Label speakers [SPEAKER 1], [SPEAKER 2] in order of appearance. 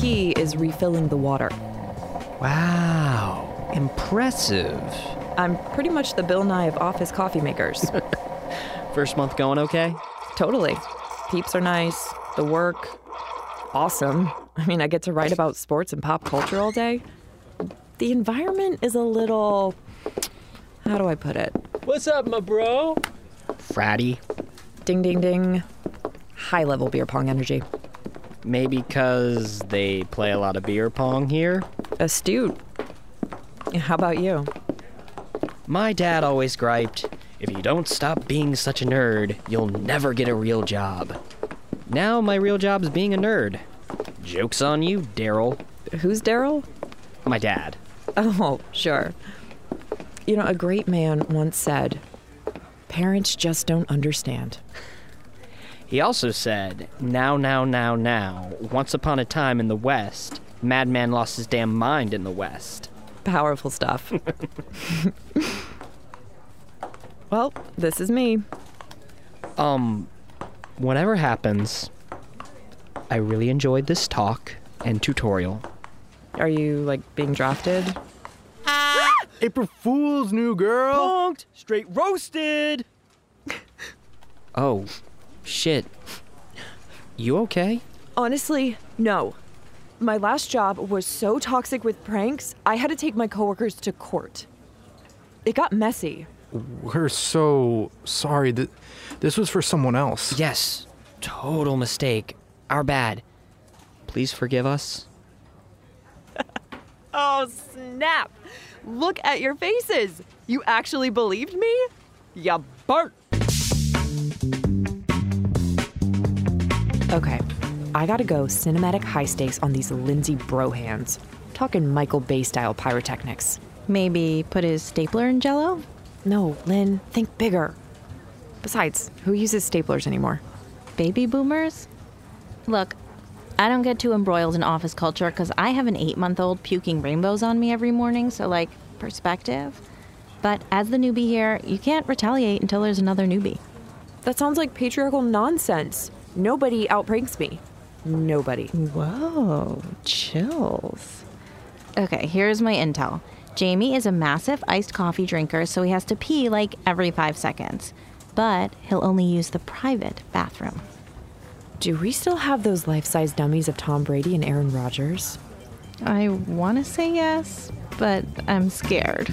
[SPEAKER 1] key is refilling the water.
[SPEAKER 2] Wow. Impressive.
[SPEAKER 1] I'm pretty much the Bill Nye of office coffee makers.
[SPEAKER 2] First month going okay?
[SPEAKER 1] totally. Peeps are nice. The work, awesome. I mean, I get to write about sports and pop culture all day. The environment is a little. How do I put it?
[SPEAKER 3] What's up, my bro?
[SPEAKER 2] Fratty.
[SPEAKER 1] Ding, ding, ding. High level beer pong energy.
[SPEAKER 2] Maybe because they play a lot of beer pong here?
[SPEAKER 1] Astute. How about you?
[SPEAKER 2] My dad always griped if you don't stop being such a nerd, you'll never get a real job. Now my real job's being a nerd. Joke's on you, Daryl.
[SPEAKER 1] Who's Daryl?
[SPEAKER 2] My dad.
[SPEAKER 1] Oh, sure. You know, a great man once said, Parents just don't understand.
[SPEAKER 2] He also said, Now, now, now, now, once upon a time in the West, Madman lost his damn mind in the West.
[SPEAKER 1] Powerful stuff. well, this is me.
[SPEAKER 2] Um, whatever happens, I really enjoyed this talk and tutorial.
[SPEAKER 1] Are you like being drafted?
[SPEAKER 4] April Fool's new girl.
[SPEAKER 3] Punked, straight roasted.
[SPEAKER 2] Oh, shit. You okay?
[SPEAKER 1] Honestly, no. My last job was so toxic with pranks, I had to take my coworkers to court. It got messy.
[SPEAKER 4] We're so sorry that this was for someone else.
[SPEAKER 2] Yes, total mistake. Our bad. Please forgive us.
[SPEAKER 1] Oh, snap! Look at your faces! You actually believed me? Ya burnt! Okay, I gotta go cinematic high stakes on these Lindsay Brohans. Talking Michael Bay style pyrotechnics.
[SPEAKER 5] Maybe put his stapler in jello?
[SPEAKER 1] No, Lynn, think bigger. Besides, who uses staplers anymore?
[SPEAKER 5] Baby boomers? Look, I don't get too embroiled in office culture because I have an eight month old puking rainbows on me every morning, so like, perspective. But as the newbie here, you can't retaliate until there's another newbie.
[SPEAKER 1] That sounds like patriarchal nonsense. Nobody outpranks me. Nobody.
[SPEAKER 5] Whoa, chills. Okay, here's my intel. Jamie is a massive iced coffee drinker, so he has to pee like every five seconds. But he'll only use the private bathroom.
[SPEAKER 1] Do we still have those life size dummies of Tom Brady and Aaron Rodgers?
[SPEAKER 5] I want to say yes, but I'm scared.